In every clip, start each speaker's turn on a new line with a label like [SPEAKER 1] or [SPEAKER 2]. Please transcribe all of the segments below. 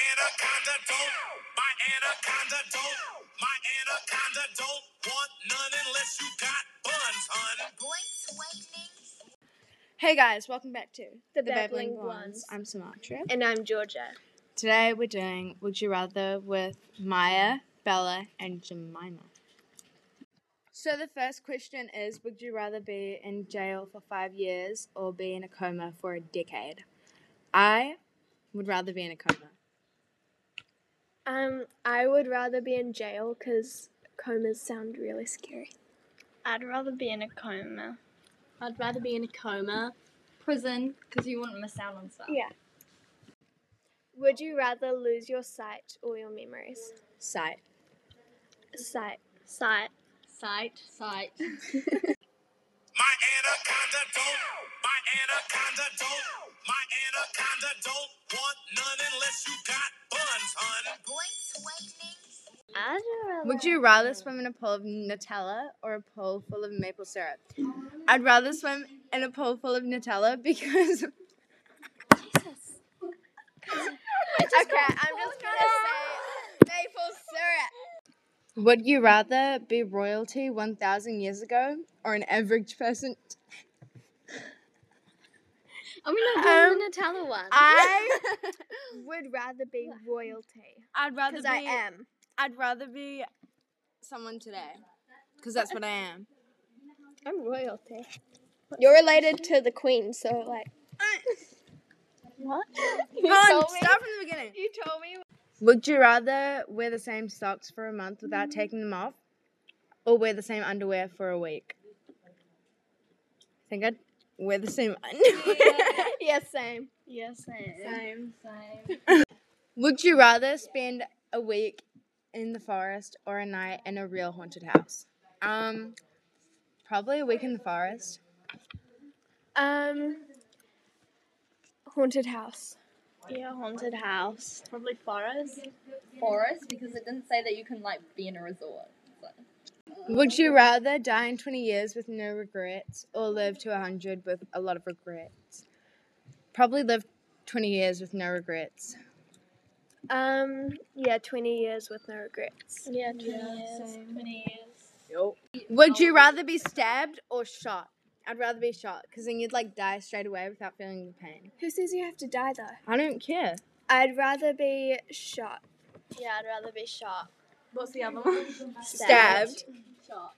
[SPEAKER 1] anaconda don't, my anaconda don't, my anaconda don't want none unless you got buns, hun. Hey guys, welcome back to
[SPEAKER 2] The
[SPEAKER 1] The Babbling
[SPEAKER 2] Babbling
[SPEAKER 1] Blondes.
[SPEAKER 2] Blondes.
[SPEAKER 1] I'm Sumatra.
[SPEAKER 2] And I'm Georgia.
[SPEAKER 1] Today we're doing Would You Rather with Maya, Bella, and Jemima. So the first question is Would you rather be in jail for five years or be in a coma for a decade? I would rather be in a coma.
[SPEAKER 2] Um, I would rather be in jail because comas sound really scary.
[SPEAKER 3] I'd rather be in a coma.
[SPEAKER 4] I'd rather be in a coma, prison, because you wouldn't miss out on stuff.
[SPEAKER 2] Yeah. Would you rather lose your sight or your memories?
[SPEAKER 1] Sight.
[SPEAKER 2] Sight.
[SPEAKER 3] Sight.
[SPEAKER 4] Sight, sight.
[SPEAKER 1] My anaconda don't, my anaconda don't, my anaconda don't want none unless you got buns, hun.
[SPEAKER 3] I'd rather.
[SPEAKER 1] Would you rather swim in a pool of Nutella or a pool full of maple syrup? I'd rather swim in a pool full of Nutella because. okay, I'm just gonna say maple syrup. Would you rather be royalty 1,000 years ago or an average person?
[SPEAKER 3] I'm not
[SPEAKER 1] Um,
[SPEAKER 3] doing the Nutella one.
[SPEAKER 1] I
[SPEAKER 2] Would rather be royalty.
[SPEAKER 1] I'd rather
[SPEAKER 2] Because I am.
[SPEAKER 1] I'd rather be someone today because that's what I am.
[SPEAKER 2] I'm royalty. You're related to the queen, so like. What? You
[SPEAKER 1] Hon,
[SPEAKER 2] told me.
[SPEAKER 1] start from the beginning.
[SPEAKER 2] You told me.
[SPEAKER 1] Would you rather wear the same socks for a month without taking them off or wear the same underwear for a week? I think I'd wear the same underwear.
[SPEAKER 2] Yes, same.
[SPEAKER 3] yes, same. Same. Same.
[SPEAKER 1] Would you rather spend a week in the forest or a night in a real haunted house? Um, probably a week in the forest.
[SPEAKER 2] Um, haunted house.
[SPEAKER 3] Yeah, haunted house. Probably forest.
[SPEAKER 4] Forest, because it didn't say that you can, like, be in a resort. So.
[SPEAKER 1] Would you rather die in 20 years with no regrets or live to 100 with a lot of regrets? Probably live 20 years with no regrets.
[SPEAKER 2] Um, yeah, 20 years with no regrets.
[SPEAKER 3] Yeah, twenty years. Twenty years.
[SPEAKER 1] Would you rather be stabbed or shot? I'd rather be shot because then you'd like die straight away without feeling the pain.
[SPEAKER 2] Who says you have to die though?
[SPEAKER 1] I don't care.
[SPEAKER 2] I'd rather be shot.
[SPEAKER 3] Yeah, I'd rather be shot.
[SPEAKER 4] What's the other one?
[SPEAKER 1] Stabbed.
[SPEAKER 4] Shot.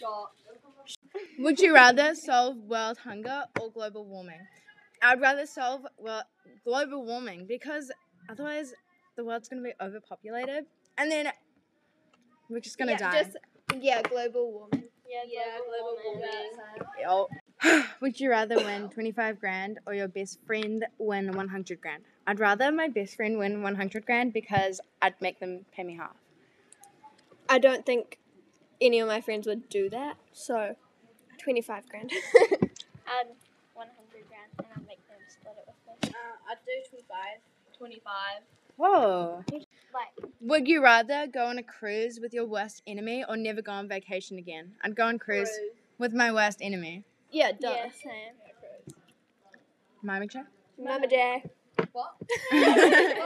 [SPEAKER 4] Shot.
[SPEAKER 1] Would you rather solve world hunger or global warming? I'd rather solve well, global warming because otherwise the world's going to be overpopulated and then we're just going to
[SPEAKER 2] yeah,
[SPEAKER 1] die.
[SPEAKER 2] Just, yeah, global warming.
[SPEAKER 3] Yeah,
[SPEAKER 4] Yeah, global warming.
[SPEAKER 1] Would you rather win 25 grand or your best friend win 100 grand? I'd rather my best friend win 100 grand because I'd make them pay me half.
[SPEAKER 2] I don't think any of my friends would do that, so 25 grand.
[SPEAKER 3] I'd 100 grand and I'd make them split it with me.
[SPEAKER 4] Uh, I'd do 25. 25.
[SPEAKER 1] Whoa.
[SPEAKER 3] Like,
[SPEAKER 1] Would you rather go on a cruise with your worst enemy or never go on vacation again? I'd go on cruise with my worst enemy.
[SPEAKER 2] yeah, duh.
[SPEAKER 3] yeah, same.
[SPEAKER 1] Mama check?
[SPEAKER 2] Mama Day.
[SPEAKER 4] What?